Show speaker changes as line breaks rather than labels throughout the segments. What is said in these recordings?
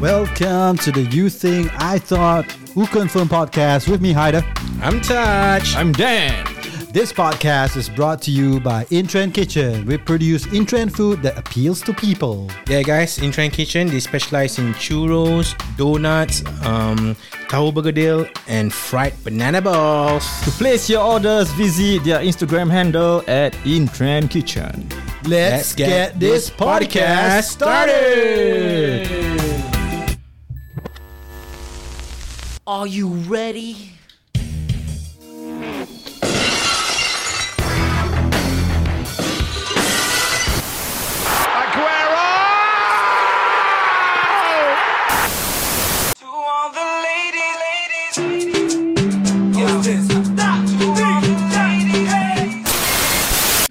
Welcome to the You Thing I Thought Who Confirmed podcast with me, Haida.
I'm Touch.
I'm Dan.
This podcast is brought to you by Intrend Kitchen. We produce Intrend food that appeals to people.
Yeah, guys, in Trend Kitchen, they specialize in churros, donuts, um, tahu bergedil, and fried banana balls.
To place your orders, visit their Instagram handle at Intrend Kitchen.
Let's, get, this podcast started.
Are you ready?
To all the ladies, ladies, ladies. Yo. Stop. To all the ladies, ladies.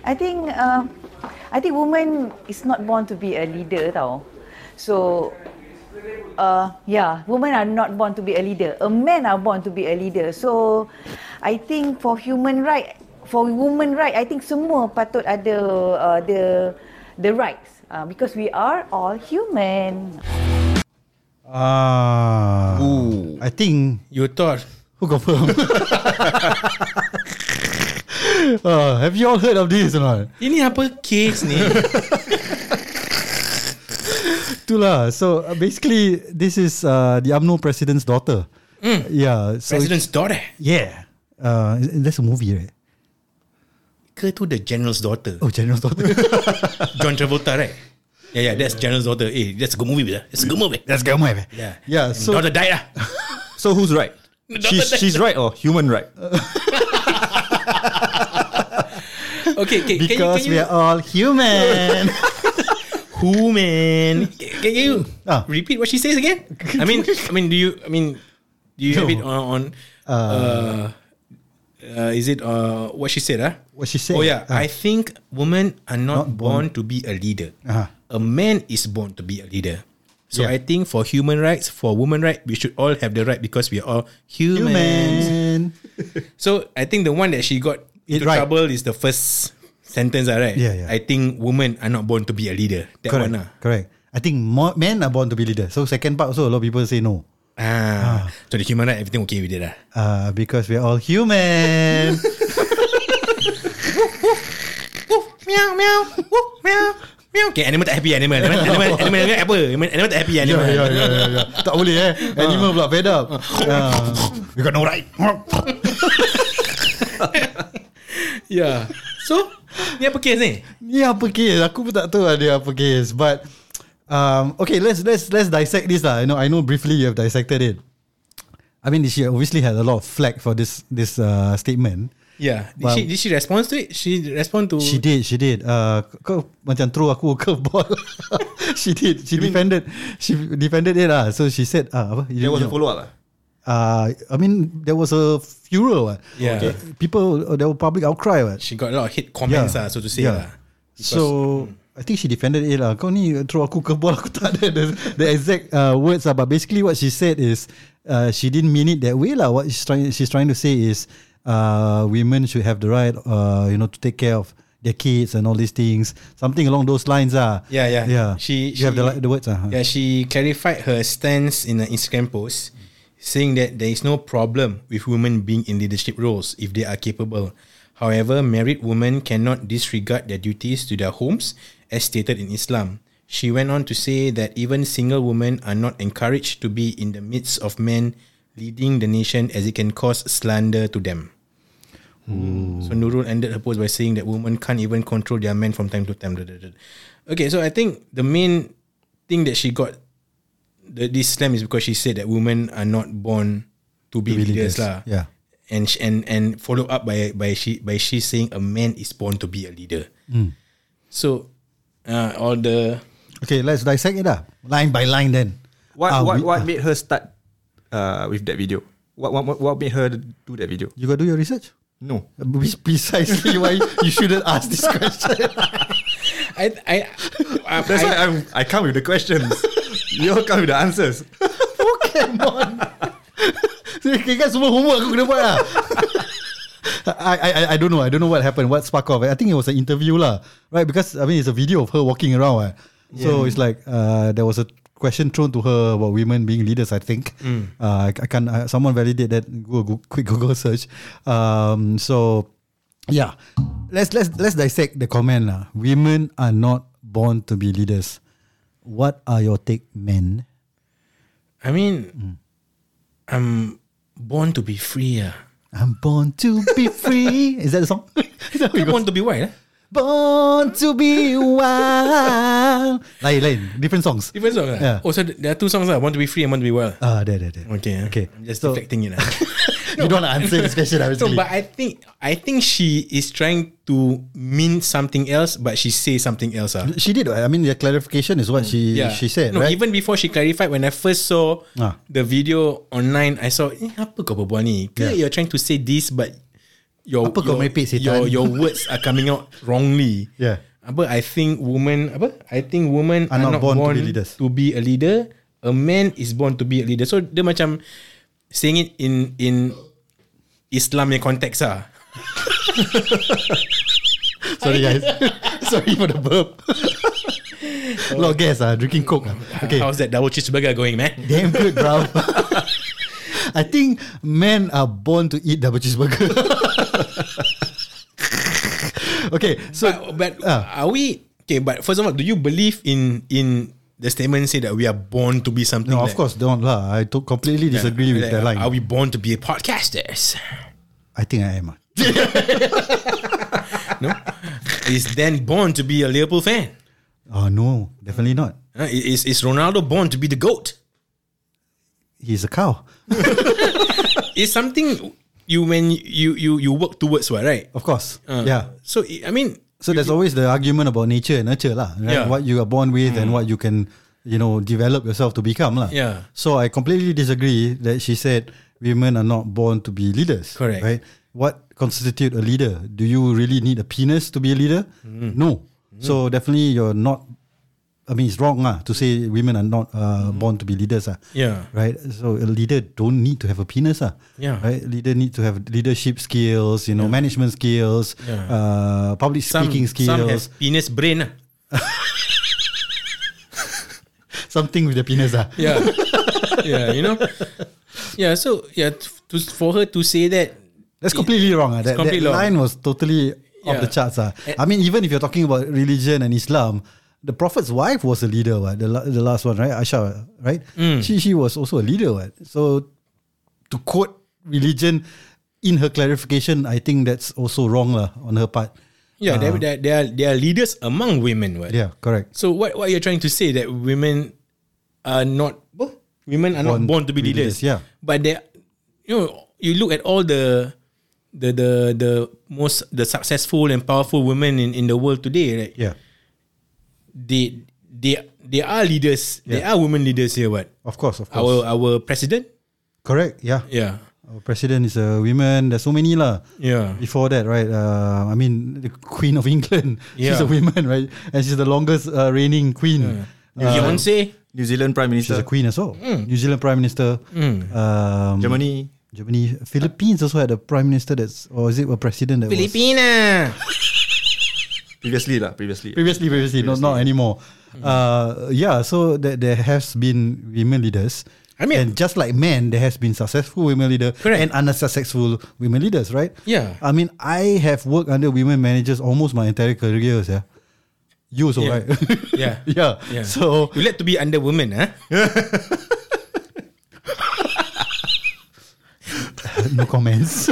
I think uh, I think woman is not born to be a leader tau. So uh, yeah, women are not born to be a leader. A man are born to be a leader. So I think for human right, for women right, I think semua patut ada uh, the the rights uh, because we are all human.
Ah,
Ooh.
I think
You thought?
who confirmed? Uh, have you all heard of this or not?
Ini apa case ni?
Itulah. So uh, basically, this is uh, the UMNO president's daughter. Mm. Yeah. So
President's daughter.
yeah. Uh, that's a movie, right?
Ke tu the general's daughter.
Oh, general's daughter.
John Travolta, right? Yeah, yeah, that's general's daughter. Eh, that's a good movie, lah. That's a good movie.
That's Gamma.
Yeah.
Yeah.
So,
So
daughter died lah.
So who's right? She's,
Doctor-
she's right or human right?
Okay, can, can you,
because
can you,
we are all human.
who man? Can, can you
Ah.
repeat what she says again? I mean, I mean, do you? I mean, do you have
No.
it on? on uh, uh, is it uh, what she said? Huh?
What she said,
Oh yeah,
ah.
I think women are not,
Not born-
born, to be a leader.
Uh-huh.
A man is born to be a leader. So
Yeah.
I think for human rights, for women right, we should all have the right because we are all humans.
human.
So I think the one that she got
It
into
right.
trouble is the first sentence, ah, right?
Yeah, yeah.
I think women are not born to be a leader. That
Correct.
one, ah.
Correct. I think more, men are born to be leader. So second part also a lot of people say no.
Ah. So the human right, everything okay with it lah.
Uh, because we're all human.
Meow meow woof, meow meow. Okay, animal tak happy animal. Animal animal, animal, animal apa? Animal, animal tak happy animal.
ya, ya, ya. Tak boleh eh.
Ah.
Animal pula fed up. Uh, you got no right.
yeah. Ya. So ni apa case ni?
Ni apa case? Aku pun tak tahu ada apa case. But um, okay, let's let's let's dissect this lah. I know I know briefly you have dissected it. I mean, she obviously had a lot of flack for this this uh, statement.
Yeah. Did
Well-
she did she respond to it? She respond
Ya,
to
She did, she did. Uh, kau macam throw aku a curveball. she did. She defended. She defended it lah. So she said, ah, apa?
There was a follow up lah.
Uh, I mean, there was a furor. what.
Yeah. Okay.
People, uh, there were public outcry. What.
She got a lot of hate comments
Ya.
ah, so to say lah.
So I think she defended it lah. Kau ni throw aku ke ball aku tak ada the, the exact uh, words lah. But basically what she said is uh, she didn't mean it that way lah. What she's trying she's trying to say is uh, women should have the right uh, you know to take care of their kids and all these things. Something along those lines ah.
Yeah, yeah.
yeah.
She,
you have the, li- the words ah.
Yeah, she clarified her stance in an Instagram post, saying that there is no problem with women being in leadership roles if they are capable. However, married women cannot disregard their duties to their homes, as stated in Islam. She went on to say that even single women are not encouraged to be in the midst of men leading the nation as it can cause slander to them. So Nurul ended her post by saying that women can't even control their men from time to time. Da, da, da. Okay, so I think the main thing that she got the, this slam is because she said that women are not born to be,
To be leaders,
leaders, lah.
yeah.
and she, and and follow up by by she by she saying a man is born to be a leader.
Mm.
So, uh, all the
Okay, let's dissect it lah. Line by line then.
What
Ah,
what
we-
what
ah,
made her start uh, with that video? What, what what what made her do that video?
you got do your research?
No.
Which precisely why you shouldn't ask this question.
I I, I,
That's why
I
I'm I come with the questions. you all come with the answers.
Pokemon Kira semua homework aku kena buat lah I, I I- I don't know. I don't know what happened. What sparked off? I think it was an interview lah, right? Because I mean, it's a video of her walking around. eh. So it's like uh, there was a question thrown to her about women being leaders. I think. Uh, I, I can uh, someone validate that? Go, go quick Google search. Um, so yeah, let's let's let's dissect the comment lah. Women are not born to be leaders. What are your take, men?
I mean,
Mm.
I'm born to be free. ah.
I'm born to be free. Is that the song? Is that how it
You're
goes?
born to be white. Eh?
Born to be wild. lain, lain. Different songs.
Different song.
Yeah.
Yeah. Oh, so th- there are two songs. Ah, born to be free and born to be wild.
Ah, there, there, there.
Okay.
Okay.
I'm just
So-
deflecting it. ah.
You don't want to answer this question,
So,
obviously.
but I think I think she is trying to mean something else, but she says something else. Ah.
she did. I mean, the clarification is what she she said,
no,
right?
Even before she clarified, when I first saw
Ah.
the video online, I saw, eh, apa kau berbual ni? Clear
Yeah.
you're trying to say this, but your
Apa kau
your,
merepek, setan?
your, your words are coming out wrongly.
Yeah.
Apa, I think women, apa? I think women
Are
are,
not
not,
born
born,
to be leaders.
to be a leader. A man is born to be a leader. So dia macam saying it in in Islam punya konteks ah.
Sorry, guys. Sorry for the burp. Lot of gas, ah, drinking coke. ah. Okay.
How's that double cheeseburger going, man?
Damn good, bro. I think men are born to eat double cheeseburger. okay, so
But, but
Ah.
are we okay? But first of all, do you believe in in the statement say that we are born to be something?
no,
like-
of course don't lah. I to- completely
Yeah,
disagree with
like,
that line.
Are we born to be podcasters?
I think I am. ah.
No, is Dan born to be a Liverpool fan?
Oh no, definitely not.
Huh? Is is Ronaldo born to be the goat?
He's a cow.
It's something you when you you you work towards what right?
Of course.
Uh,
yeah.
So I I mean,
So there's always the argument about nature and nurture lah. Right?
Yeah. Mm.
What you are born with and what you can, you know, develop yourself to become lah.
Yeah.
So I completely disagree that she said women are not born to be leaders.
Correct.
Right? What constitute a leader? Do you really need a penis to be a leader?
Mm.
No. So definitely you're not I mean, it's wrong ah, to say women are not uh, born to be leaders. Ah.
Mm-hmm. Yeah.
Right? So a leader don't need to have a penis. Ah.
Yeah.
Right? Leader need to have leadership skills, you know, management skills,
Yeah.
uh, public
some
speaking
some have
skills.
penis brain. ah.
something with the penis. Ah.
Yeah. yeah, you know. Yeah, so yeah, t- to, for her to say that
That's completely wrong. Ah. That, that
completely wrong.
line was totally off
Yeah.
the charts. Ah. I mean, even if you're talking about religion and Islam, the Prophet's wife was a leader, what? The, la- the last one, right? Aisha, right?
Mm.
She, she was also a leader. What? So to quote religion in her clarification, I think that's also wrong lah on her part. Ah.
yeah, there there there are, there are leaders among women, right?
Yeah, correct.
So what what you're trying to say that women are not oh, women are not
Born
born to
to
be
be
leaders.
leaders, yeah.
But they you know, you look at all the the the the most the successful and powerful women in, in the world today, right?
Yeah,
They they they are leaders. They are women leaders here, what?
of course, of
Our
course.
our president?
correct. Yeah.
Yeah.
our president is a woman. There's so many lah.
Yeah.
Before that, right? Uh, I mean, the Queen of England. She's a
Yeah.
woman, right? And she's the longest uh, reigning queen. Uh,
Beyonce.
New Zealand Prime
she's
Minister.
a queen as well. New Zealand Prime Minister. Um,
Germany.
Germany. Philippines also had a prime minister that's, or is it a president that was
Filipina.
Previously lah. Previously.
previously, previously, not, not anymore. Uh, yeah, so that there has been women leaders.
I mean-
and just like men, there has been successful women leader
Correct.
and unsuccessful women leaders, right?
Yeah.
I mean, I have worked under women managers almost my entire career, yeah. You also,
Yeah.
right?
Yeah.
yeah.
Yeah.
So
You like to be under women, huh?
no comments.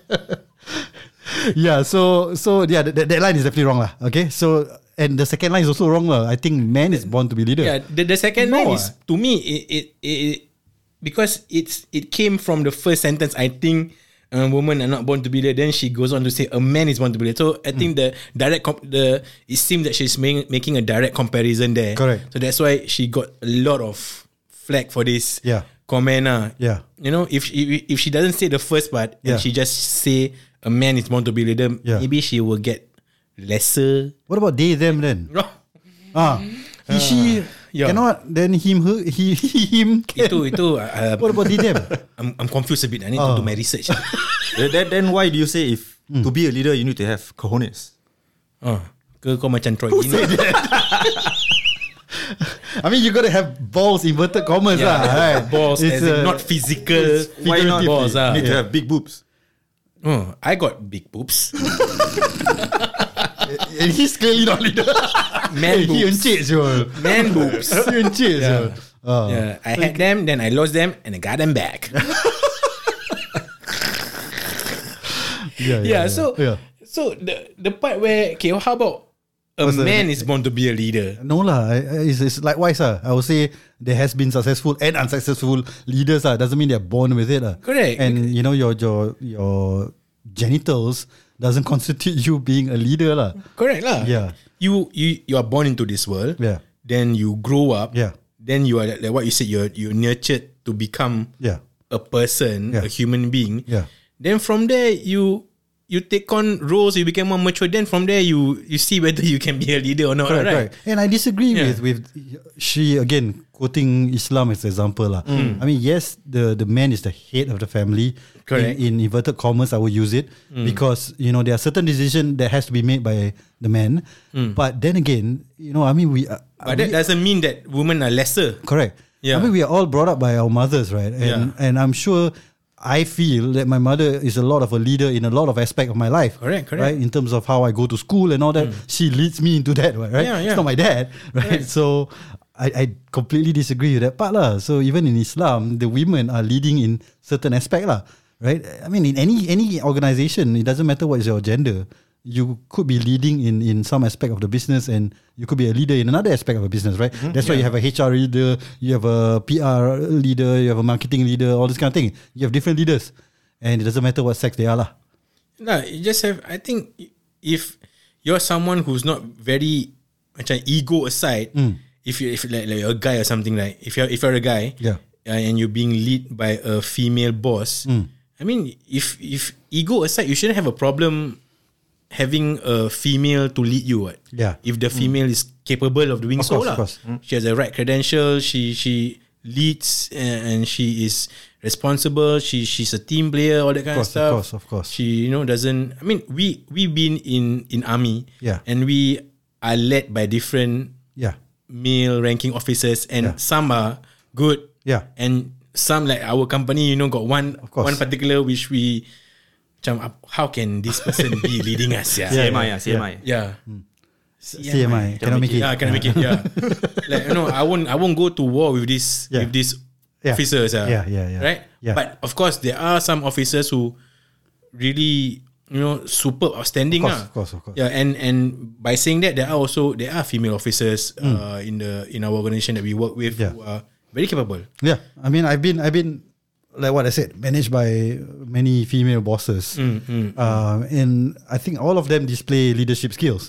yeah, so so yeah, that, that- that line is definitely wrong, lah. Okay, so and the second line is also wrong, lah. I think man is born to be leader.
Yeah, the, the second
No,
line
ah.
is to me it, it, it, it because it's it came from the first sentence. I think a woman are not born to be there. Then she goes on to say a man is born to be there. So I
Mm.
think the direct comp- the it seems that she's making making a direct comparison there.
Correct.
So that's why she got a lot of flack for this.
Yeah.
Comment ah.
Yeah.
You know if she, if she doesn't say the first part
Yeah.
and she just say a man is born to be leader,
Yeah.
maybe she will get lesser. Ah.
What about they them then? Ah, he, she,
Yeah.
Cannot. Then him, her, he, he him. Can.
Itu itu uh,
What about he, them?
I'm, I'm confused a bit. I need
Oh.
to do my research.
Then, then- then why do you say if
Hmm.
to be a leader you need to have cojones?
oh. Ke kau macam Troy Gini
I mean, you gotta have balls inverted commas
Yeah,
lah, right?
Balls
It's
as in
a-
not physical
Why not?
balls ah.
you need to have big boobs.
Oh, I got big boobs
And he's clearly not leader.
Man
he
boobs
encik je.
Man boobs
He encik je.
Yeah.
Ah.
Yeah, I had them, then I lost them, and I got them back.
Yeah,
yeah, so
yeah.
so the the part where okay, how about a
What's the-
man is born to be a leader?
No lah, I- I- it's, it's likewise lah. I would say there has been successful and unsuccessful leaders lah. Doesn't mean they're born with it lah.
Correct.
And you know your your your genitals doesn't constitute you being a leader lah.
Correct lah.
Yeah.
you you you are born into this world.
Yeah.
then you grow up.
Yeah.
then you are like what you said. You're you're nurtured to become
Yeah.
a person,
Yeah.
a human being.
Yeah.
Then from there you you take on roles. You become more mature. Then from there you you see whether you can be a leader or not.
Correct,
right?
correct. And I disagree
Yeah.
with with she again quoting Islam as example lah.
Mm.
I mean, yes, the the man is the head of the family.
Correct. Mm.
In, in inverted commas, I would use it because you know there are certain decision that has to be made by the man. But then again, you know, I mean, we are-
Mm. But that
we-
doesn't mean that women are lesser.
Correct.
Yeah.
I mean, we are all brought up by our mothers, right? And
Yeah.
and I'm sure I feel that my mother is a lot of a leader in a lot of aspect of my life.
Correct, correct.
Right? In terms of how I go to school and all that. She leads me into that, right?
Hmm. Yeah, yeah.
It's not my dad, right? So I, I completely disagree with that part. lah. So even in Islam, the women are leading in certain aspect, lah, right? I mean, in any any organization, it doesn't matter what is your gender. You could be leading in, in some aspect of the business, and you could be a leader in another aspect of a business, right?
Mm-hmm.
That's why you have a HR leader, you have a PR leader, you have a marketing leader, all this kind of thing. You have different leaders, and it doesn't matter what sex they are, lah.
No, you just have. I think if you're someone who's not very macam ego aside,
Hmm.
if you if like, like you're a guy or something like if you're if you're a guy,
Yeah.
uh, and you're being led by a female boss,
Hmm.
I mean, if if ego aside, you shouldn't have a problem having a female to lead you. What?
Yeah. Hmm.
If the female is capable of doing
Of
so,
course,
lah.
of course. Hmm.
she has the right credentials. She she leads and, and she is responsible. She she's a team player. All that kind
Of course, of
of stuff.
course, of course.
She she you know doesn't I mean we we been in in army
Yeah.
and we are led by different
Yeah,
male ranking officers and
Yeah.
some are good
Yeah.
and some like our company you know got one
course.
one particular which we macam, how can this person be leading us yeah yeah,
ah,
CMI, yeah, CMI.
CMI cannot make it.
Yeah, I cannot make it. Yeah, like you know, I won't, I won't go to war with this,
Yeah.
with these
Yeah.
officers. ah.
Yeah, yeah, yeah.
Right.
Yeah.
But of course, there are some officers who really, you know, super outstanding.
Of course,
ah.
of course, of course.
Yeah, and and by saying that, there are also there are female officers uh, in the in our organization that we work with
Hmm. Yeah. Hmm.
who are very capable.
Yeah, I mean, I've been, I've been, like what I said, managed by many female bosses, Um, and I think all of them display leadership skills.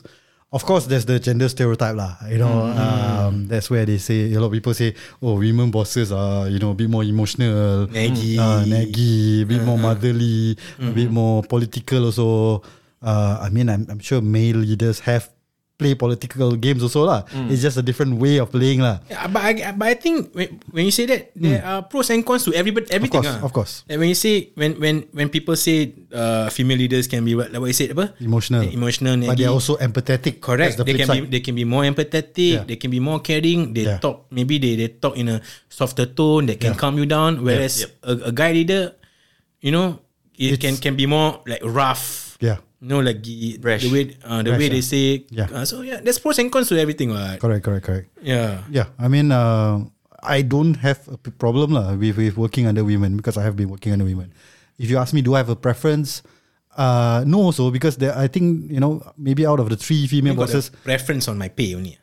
Of course, there's the gender stereotype, lah. You know, um, that's where they say a lot of people say, "Oh, women bosses are you know a bit more emotional,
Naggy.
uh, naggy, a bit more motherly, a bit more political." Also, uh, I mean, I'm, I'm sure male leaders have play political games also, lah. It's just a different way of playing, lah.
Yeah, but I but I think when, when you say that there are pros and cons to everybody everything.
course,
ah.
Hmm. of course.
Like when you say when when when people say uh, female leaders can be what like what you said apa?
Emotional.
Emotional.
But they're
naggy.
also empathetic.
correct.
That's the
they
flip
can
side.
be they can be more empathetic.
Yeah.
They can be more caring. They
Yeah.
talk maybe they they talk in a softer tone that can calm you down. Whereas a, a guy leader, you know, it
It's-
can can be more like rough.
Yeah.
You know, like the,
Brash.
the way uh, the
Brash,
way they
yeah.
say.
Yeah.
uh, so yeah, there's pros and cons to everything. Right?
Correct, correct, correct.
Yeah.
Yeah, I mean, uh, I don't have a p- problem lah with, with working under women because I have been working under women. If you ask me, do I have a preference? Uh, no, also because there, I think you know maybe out of the three female
Got a
bosses,
preference on my pay only.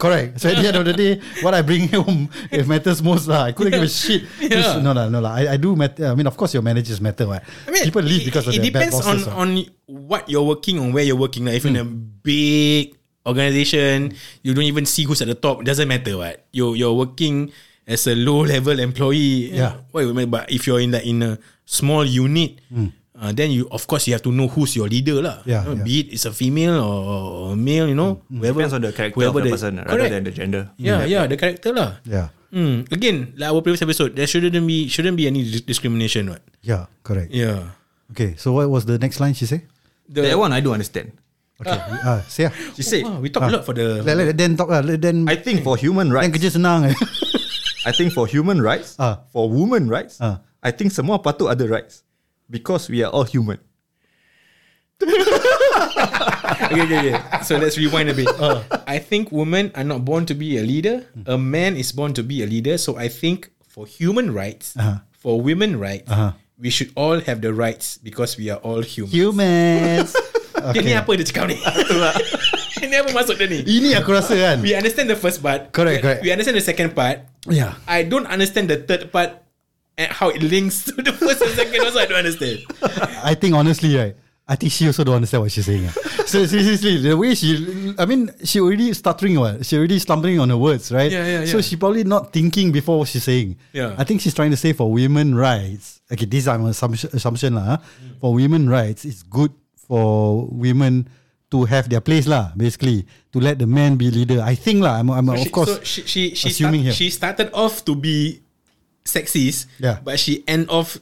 correct. So at the end of the day, what I bring home it matters most lah. I couldn't give a shit. Just- No lah, no lah. I, I do matter. I mean, of course, your managers matter. Right? People leave because of
it
their bad
depends
bosses. ah. Hmm.
on
what.
on what you're working on, where you're working. Like if you're in a big organization, you don't even see who's at the top. Doesn't matter what you you're working as a low level employee.
Yeah.
What you mean? But if you're in like in a small unit, Uh, then you of course you have to know who's your leader lah.
Hmm. Yeah,
You
yeah. Hmm.
know, Be it it's a female or or a male, you know, whoever
Depends on the character
whoever
of the
the-
person rather
correct.
than the gender.
Yeah, yeah, the character lah.
Yeah.
Hmm. Again, like our previous episode, there shouldn't be shouldn't be any dis- discrimination, right?
Yeah. Correct.
Yeah.
Okay. So what was the next line she say?
That one I don't understand.
Okay. Ah, say ah.
She said,
Wow, we talk a lot for the
Let, let, then talk ah. Let, then
I think for human
then
rights,
kerja senang. eh.
I think for human rights,
Ah.
for women rights,
Ah.
I think semua patut ada rights because we are all human.
okay, okay, okay. So let's rewind a bit.
Ah.
I think women are not born to be a leader.
Hmm.
A man is born to be a leader. So I think for human rights,
Uh-huh.
for women rights,
Uh-huh.
we should all have the rights because we are all human.
Humans.
Dia ni apa dia cakap ni? Ini apa maksud dia ni?
Ini aku rasa kan.
We understand the first part.
Correct,
we,
correct.
We understand the second part.
Yeah.
I don't understand the third part and how it links to the first and second. Also, I don't understand.
I think honestly, right. I think she also don't understand what she's saying. ah. so seriously, the way she, I mean, she already stuttering. What she already stumbling on her words, right?
Yeah, yeah,
So
yeah.
she probably not thinking before what she's saying.
Yeah.
I think she's trying to say for women rights. Okay, this I'm assumption, assumption lah. ah.
Mm.
For women rights, it's good for women to have their place lah. Basically, to let the man be leader. I think lah. I'm, I'm
She-
of course.
so she she she, start,
assuming here.
she started off to be sexist,
Yeah.
but she end off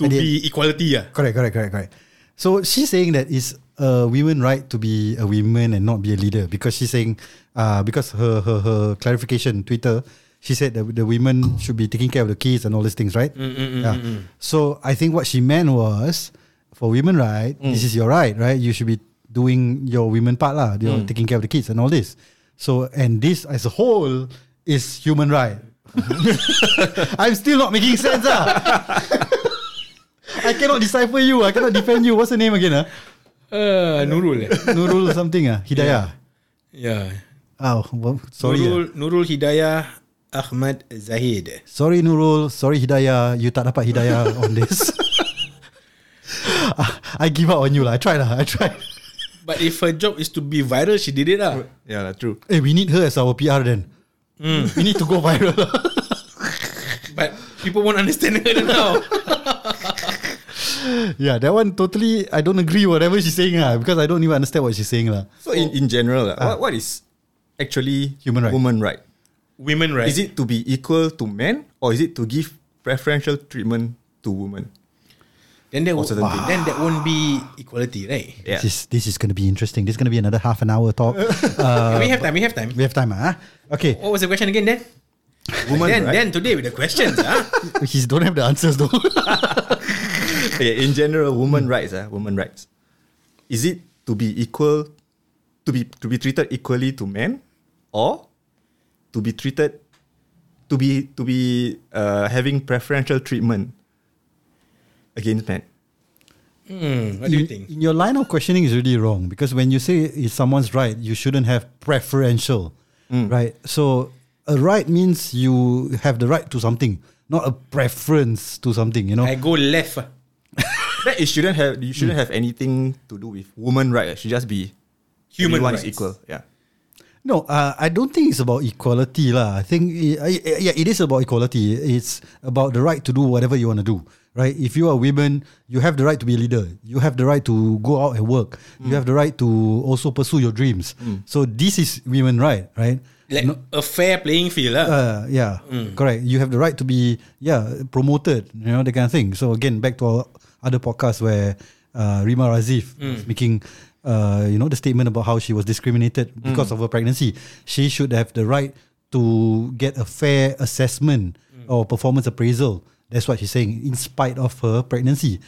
to
At the
be equality, yeah.
Correct, correct, correct, correct. So she's saying that it's a women right to be a woman and not be a leader because she's saying, uh, because her her her clarification Twitter, she said that the women should be taking care of the kids and all these things, right? yeah. So I think what she meant was for women right, this is your right, right? You should be doing your women part lah, you're taking care of the kids and all this. So and this as a whole is human right. I'm still not making sense ah. I cannot decipher you. I cannot defend you. What's the name again? Ah,
Uh, Nurul, eh?
Nurul something. Ah, Hidayah.
yeah.
Oh, well, sorry. ah.
Nurul Nurul Hidayah Ahmad Zahid.
Sorry Nurul. Sorry Hidayah. You tak dapat Hidayah on this. Ah, I give up on you lah. I tried lah. I tried.
But if her job is to be viral, she did it lah.
Yeah, lah, true.
Hey, Eh, we need her as our PR then. We need to go viral.
But people won't understand her now.
yeah, that one totally. I don't agree whatever she's saying lah because I don't even understand what she's saying lah.
So in, in general, lah, what, what is actually
Human right.
woman right?
Women, right?
Is it to be equal to men or is it to give preferential treatment to women?
Then that
Or
won't,
Oh, certain thing.
then that won't be equality, right?
Yeah.
This is, this is going to be interesting. This is going to be another half an hour talk. Uh,
we have time. We have time.
we have time ah. Okay.
What was the question again? Then
Woman
then
right?
then today with the questions, ah.
He's don't have the answers though.
Okay, in general, women
Hmm.
rights, ah, women rights. Is it to be equal, to be to be treated equally to men, or to be treated, to be to be uh, having preferential treatment against men?
Hmm, what do you
in-
think?
in your line of questioning is really wrong because when you say it's someone's right, you shouldn't have preferential, right? So a right means you have the right to something, not a preference to something. You know,
I go left. ah.
That it shouldn't have you shouldn't
Hmm.
have anything to do with woman right. It should just be
Human
everyone
rights.
is equal. Yeah.
no, uh, I don't think it's about equality, lah. I think i- i- i- yeah, it is about equality. It's about the right to do whatever you want to do. Right, if you are women, you have the right to be a leader. You have the right to go out and work. You have the right to also pursue your dreams. So this is women right, right?
Like a fair playing field, ah.
Uh, yeah, correct. You have the right to be yeah promoted, you know that kind of thing. So again, back to our other podcast where uh, Rima Razif was making uh, you know the statement about how she was discriminated because of her pregnancy. She should have the right to get a fair assessment or performance appraisal. That's what she's saying, in spite of her pregnancy.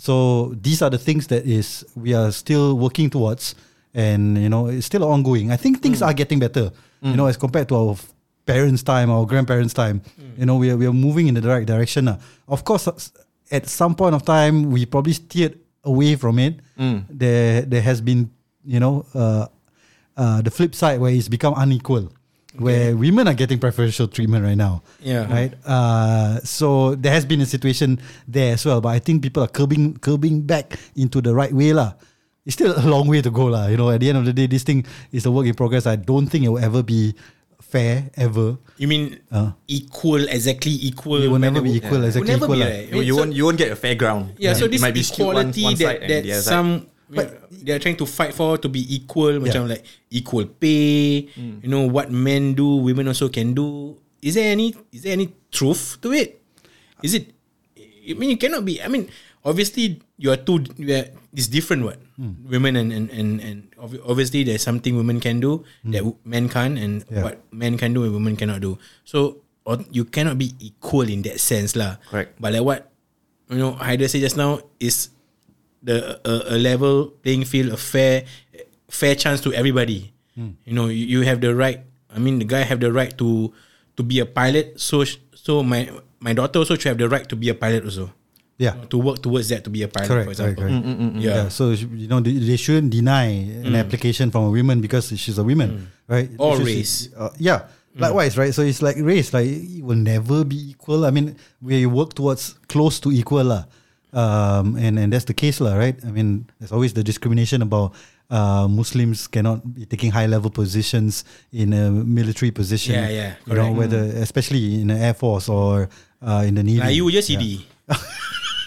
So these are the things that is we are still working towards, and you know it's still ongoing. I think things are getting better, you know, as compared to our f- parents' time, our grandparents' time. You know, we are we are moving in the right direction. lah. Of course, s- at some point of time, we probably steered away from it. There there has been you know uh, uh, the flip side where it's become unequal. Where women are getting preferential treatment right now,
Yeah.
right? right? Uh, so there has been a situation there as well, but I think people are curbing curbing back into the right way lah. It's still a long way to go lah. You know, at the end of the day, this thing is a work in progress. I don't think it will ever be fair ever.
You mean
Uh.
equal, exactly equal?
It will
when
never
the-
be equal,
Will
exactly
never
equal
be,
lah.
right?
You, you
So-
won't you won't get a fair ground.
Yeah, so
It
this
might be skewed one-
equality
one
that
side and
that
the other side.
some they are trying to fight for to be equal, macam like equal pay. You know what men do, women also can do. Is there any is there any truth to it? Is it? I mean, you cannot be. I mean, obviously you are two. You are, it's different. What
Mm.
women and and and and obvi- obviously there's something women can do
Mm.
that w- men can't, and
Yeah.
what men can do and women cannot do. So or you cannot be equal in that sense, lah.
Correct.
But like what you know, Haider said just now is the a, a level playing field, a fair fair chance to everybody.
Hmm.
You know, you, you have the right. I mean, the guy have the right to to be a pilot. So sh- so my my daughter also should have the right to be a pilot also.
Yeah.
To work towards that to be a pilot,
Correct,
for
correct,
example.
correct. Yeah.
Yeah.
So sh- you know they, they shouldn't deny an
Mm.
application from a woman because she's a woman, right?
Or
She's-
race.
Uh, yeah. Likewise, right? So it's like race, like it will never be equal. I mean, we work towards close to equal, lah. Um, and and that's the case, lah, right? I mean, there's always the discrimination about uh, Muslims cannot be taking high level positions in a military position.
Yeah, yeah,
You know,
correct. Mm.
whether especially in the air force or uh, in the navy.
Melayu je
Yeah.
CD.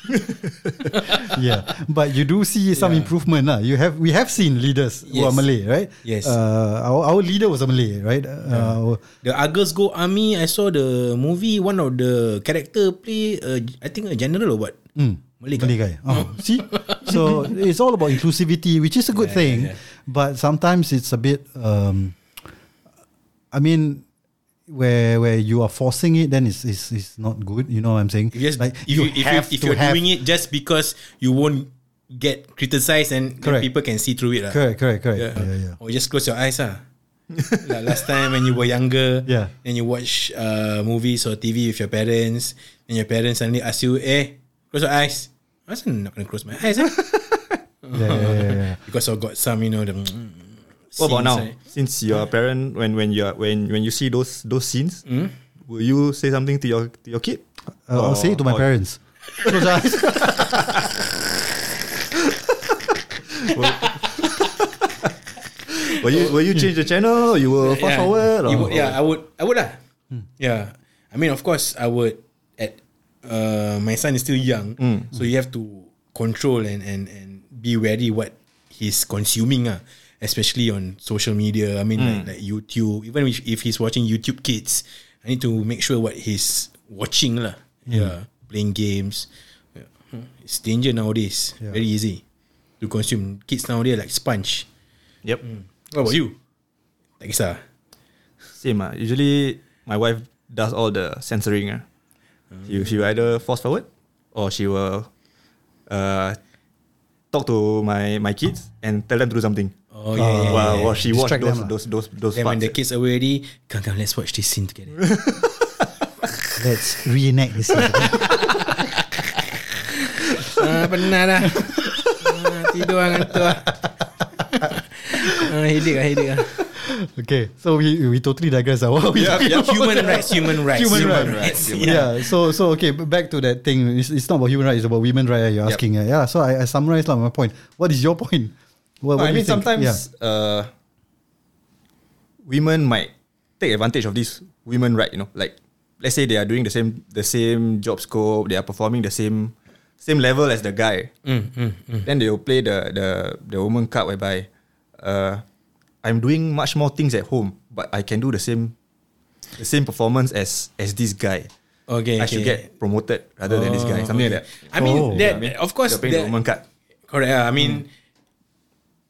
yeah, but you do see some improvement lah. You have we have seen leaders who are
Yes.
Malay, right?
Yes.
Uh, our, our leader was a Malay, right? Uh,
The Argos Go Army, I saw the movie, one of the character play, uh, I think a general or what? Malay guy.
Hmm. Malay guy. Oh, see, so it's all about inclusivity, which is a good thing, but sometimes it's a bit. Um, I mean, where where you are forcing it, then it's it's, it's not good. You know what I'm saying?
If you just,
Like,
if you, if, you,
have
if
to
you're
have-
doing it just because you won't get criticized and then
Correct.
people can see through it, lah.
Correct, correct, correct.
Yeah.
yeah. yeah.
Or just close your eyes, ah. like last time when you were younger,
Yeah.
and you watch uh, movies or TV with your parents, and your parents suddenly ask you, "Eh, close your eyes." I said, "I'm not gonna close my eyes," eh?
yeah, yeah, yeah, yeah.
because I got some, you know, the. mm,
What about
scenes, eh?
now?
right?
Since you're a parent, when when you are when when you see those those scenes,
Hmm?
will you say something to your to your kid?
Uh, I'll say it to my
Oh.
Or-
parents. Close your eyes.
Will you will you change the channel? You will fast
Hmm. yeah.
forward. Or,
You would- yeah, I would. I would lah. Yeah, I mean, of course, I would. At uh, my son is still young, so you have to control and and and be wary what he's consuming. Ah. especially on social media. I mean, like, like YouTube. Even if, if he's watching YouTube Kids, I need to make sure what he's watching lah. Yeah, playing games. Yeah. Hmm. It's danger nowadays. Very easy to consume. Kids nowadays like sponge.
Yep.
Hmm. What about you? Tak kisah.
Same. ah. Usually, my wife does all the censoring. ah. She, she will either fast forward or she will uh, talk to my, my kids and tell them to do something.
Oh yeah, yeah,
while,
yeah, yeah. ah.
while she watch
Distract
those,
them lah.
those, those, those,
Then when the kids
parts.
are ready, come, come, let's watch this scene together.
Let's reenact this.
ah, penat dah. Ah, tidur lah, ngantuk lah. ah, headache lah, headache lah.
Okay, so we we totally digress. Now. What are we talking about?
Human rights, human rights.
Human,
Human
rights.
rights, human
Yeah. So so okay, b- back to that thing. It's, it's not about human rights. It's about women rights. You're
Yep.
asking. Yeah. So I, I summarized lah my point. What is your point? What, what
No, I
do you
mean,
think?
sometimes
Yeah.
uh, women might take advantage of this women right. You know, like let's say they are doing the same the same job scope, they are performing the same same level as the guy.
Mm,
Then they will play the the the woman card whereby, uh, I'm doing much more things at home, but I can do the same the same performance as as this guy.
Okay,
I should
okay.
get promoted rather than this guy, something like that.
I mean,
Oh.
that, of course,
They're playing the
that-
woman card.
correct. ah, I mean,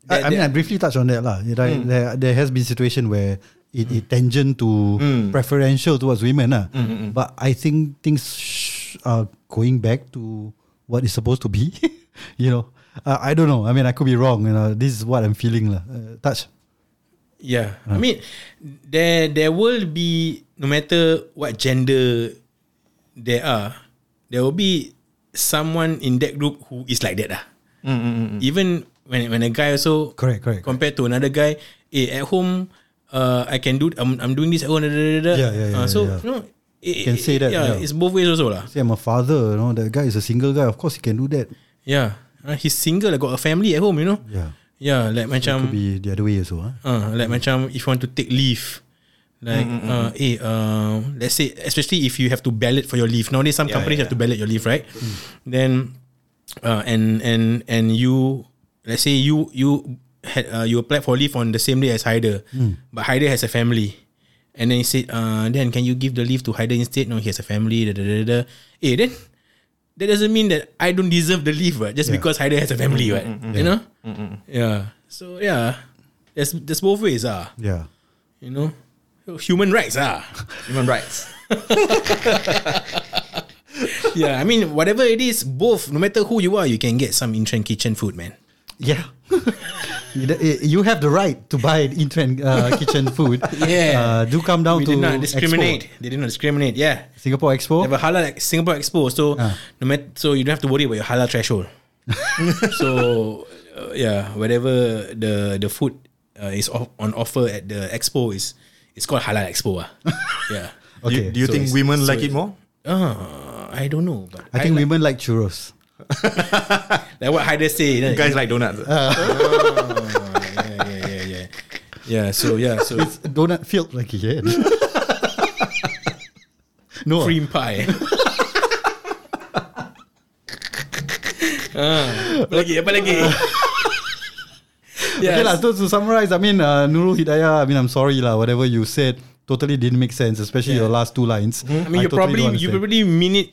I, I mean, I
that-
briefly touched on that lah. Right?
Hmm.
There, there has been situation where it, it tangent to
Hmm.
preferential towards women lah. But I think things sh- are going back to what is supposed to be. you know, uh, I don't know. I mean, I could be wrong. You know, this is what I'm feeling lah. Uh, touch.
Yeah, I mean, there there will be no matter what gender there are, there will be someone in that group who is like that. Ah.
Mm,
Even when when a guy also
Correct, correct,
compared to another guy, eh, at home, uh, I can do I'm, I'm doing this at home. da, da, da, da.
Yeah, yeah,
Uh,
yeah,
so
yeah.
you know, it,
Can say that,
Yeah,
yeah.
it's both ways also lah.
See, I'm a father. You know, that guy is a single guy. Of course, he can do that.
Yeah, uh, he's single, like, got a family at home. You know.
Yeah.
Yeah, like
Could
macam
be the other way also. Huh?
Uh, like macam if you want to take leave, Like,
Mm-hmm,
uh, eh, uh, let's say, especially if you have to ballot for your leave. Nowadays, some
Yeah,
companies
yeah, Mm.
have to ballot your leave, right? Then, uh, and and and you, let's say you you had uh, you applied for leave on the same day as Haider,
Mm.
but Haider has a family. And then he said, uh, then can you give the leave to Haider instead? No, he has a family. Da, da, da, da. Eh, then that doesn't mean that I don't deserve the leave, right? Just because Haider has a family,
Mm-hmm,
right? You know? Yeah. So yeah, there's there's both ways, ah.
Yeah.
You know, human rights, ah.
Human rights.
yeah, I mean, whatever it is, both, no matter who you are, you can get some in-trend kitchen food, man.
Yeah. You d- eh, you have the right to buy in-trend uh, kitchen food.
Yeah.
Uh, do come down
we
to
did not discriminate.
Expo.
They did not discriminate. Yeah,
Singapore Expo.
they have a halal ex- Singapore Expo, so
Ah.
no matter, so you don't have to worry about your halal threshold. so uh, yeah, whatever the the food uh, is off, on offer at the expo is it's called halal expo. Ah. yeah.
Okay.
You, do you
so
think
it's-
women
so
like it
it's-
more?
Uh, I don't know, but
I think
like,
women like churros.
like what Haider say. you know,
Guys like donuts.
Uh, yeah, yeah, yeah, yeah. Yeah, so yeah, so it's
Donut filled like yeah. no.
cream pie. ah, apa lagi? Apa lagi?
Okay lah, so to summarize, I mean, uh, Nurul Hidayah, I mean, I'm sorry lah, whatever you said totally didn't make sense, especially your last two lines.
Mm-hmm. I mean, you
totally
probably
don't
you
understand.
probably mean it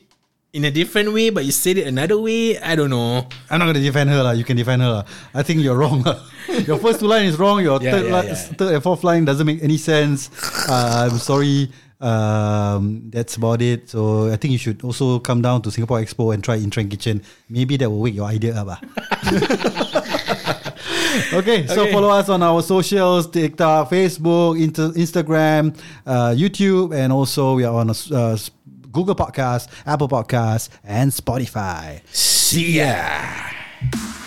in a different way, but you said it another way. I don't know.
I'm not gonna defend her lah. You can defend her lah. I think you're wrong. lah. your first two line is wrong. Your
Yeah,
third,
yeah,
li-
yeah.
third and fourth line doesn't make any sense. Uh, I'm sorry. Um, that's about it. So I think you should also come down to Singapore Expo and try Intrend Kitchen. Maybe that will wake your idea up. ah. okay, so
Okay.
follow us on our socials: TikTok, Facebook, Inter- Instagram, uh, YouTube, and also we are on a s uh, s- Google Podcast, Apple Podcast, and Spotify.
See ya.